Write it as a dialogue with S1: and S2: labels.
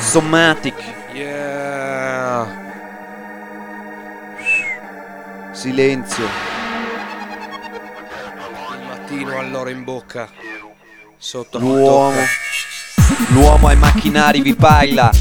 S1: Somatic.
S2: Yeah.
S1: Silenzio.
S2: Il mattino allora in bocca. Sotto la
S1: L'uomo.
S2: tocca.
S1: L'uomo ai macchinari vi parla.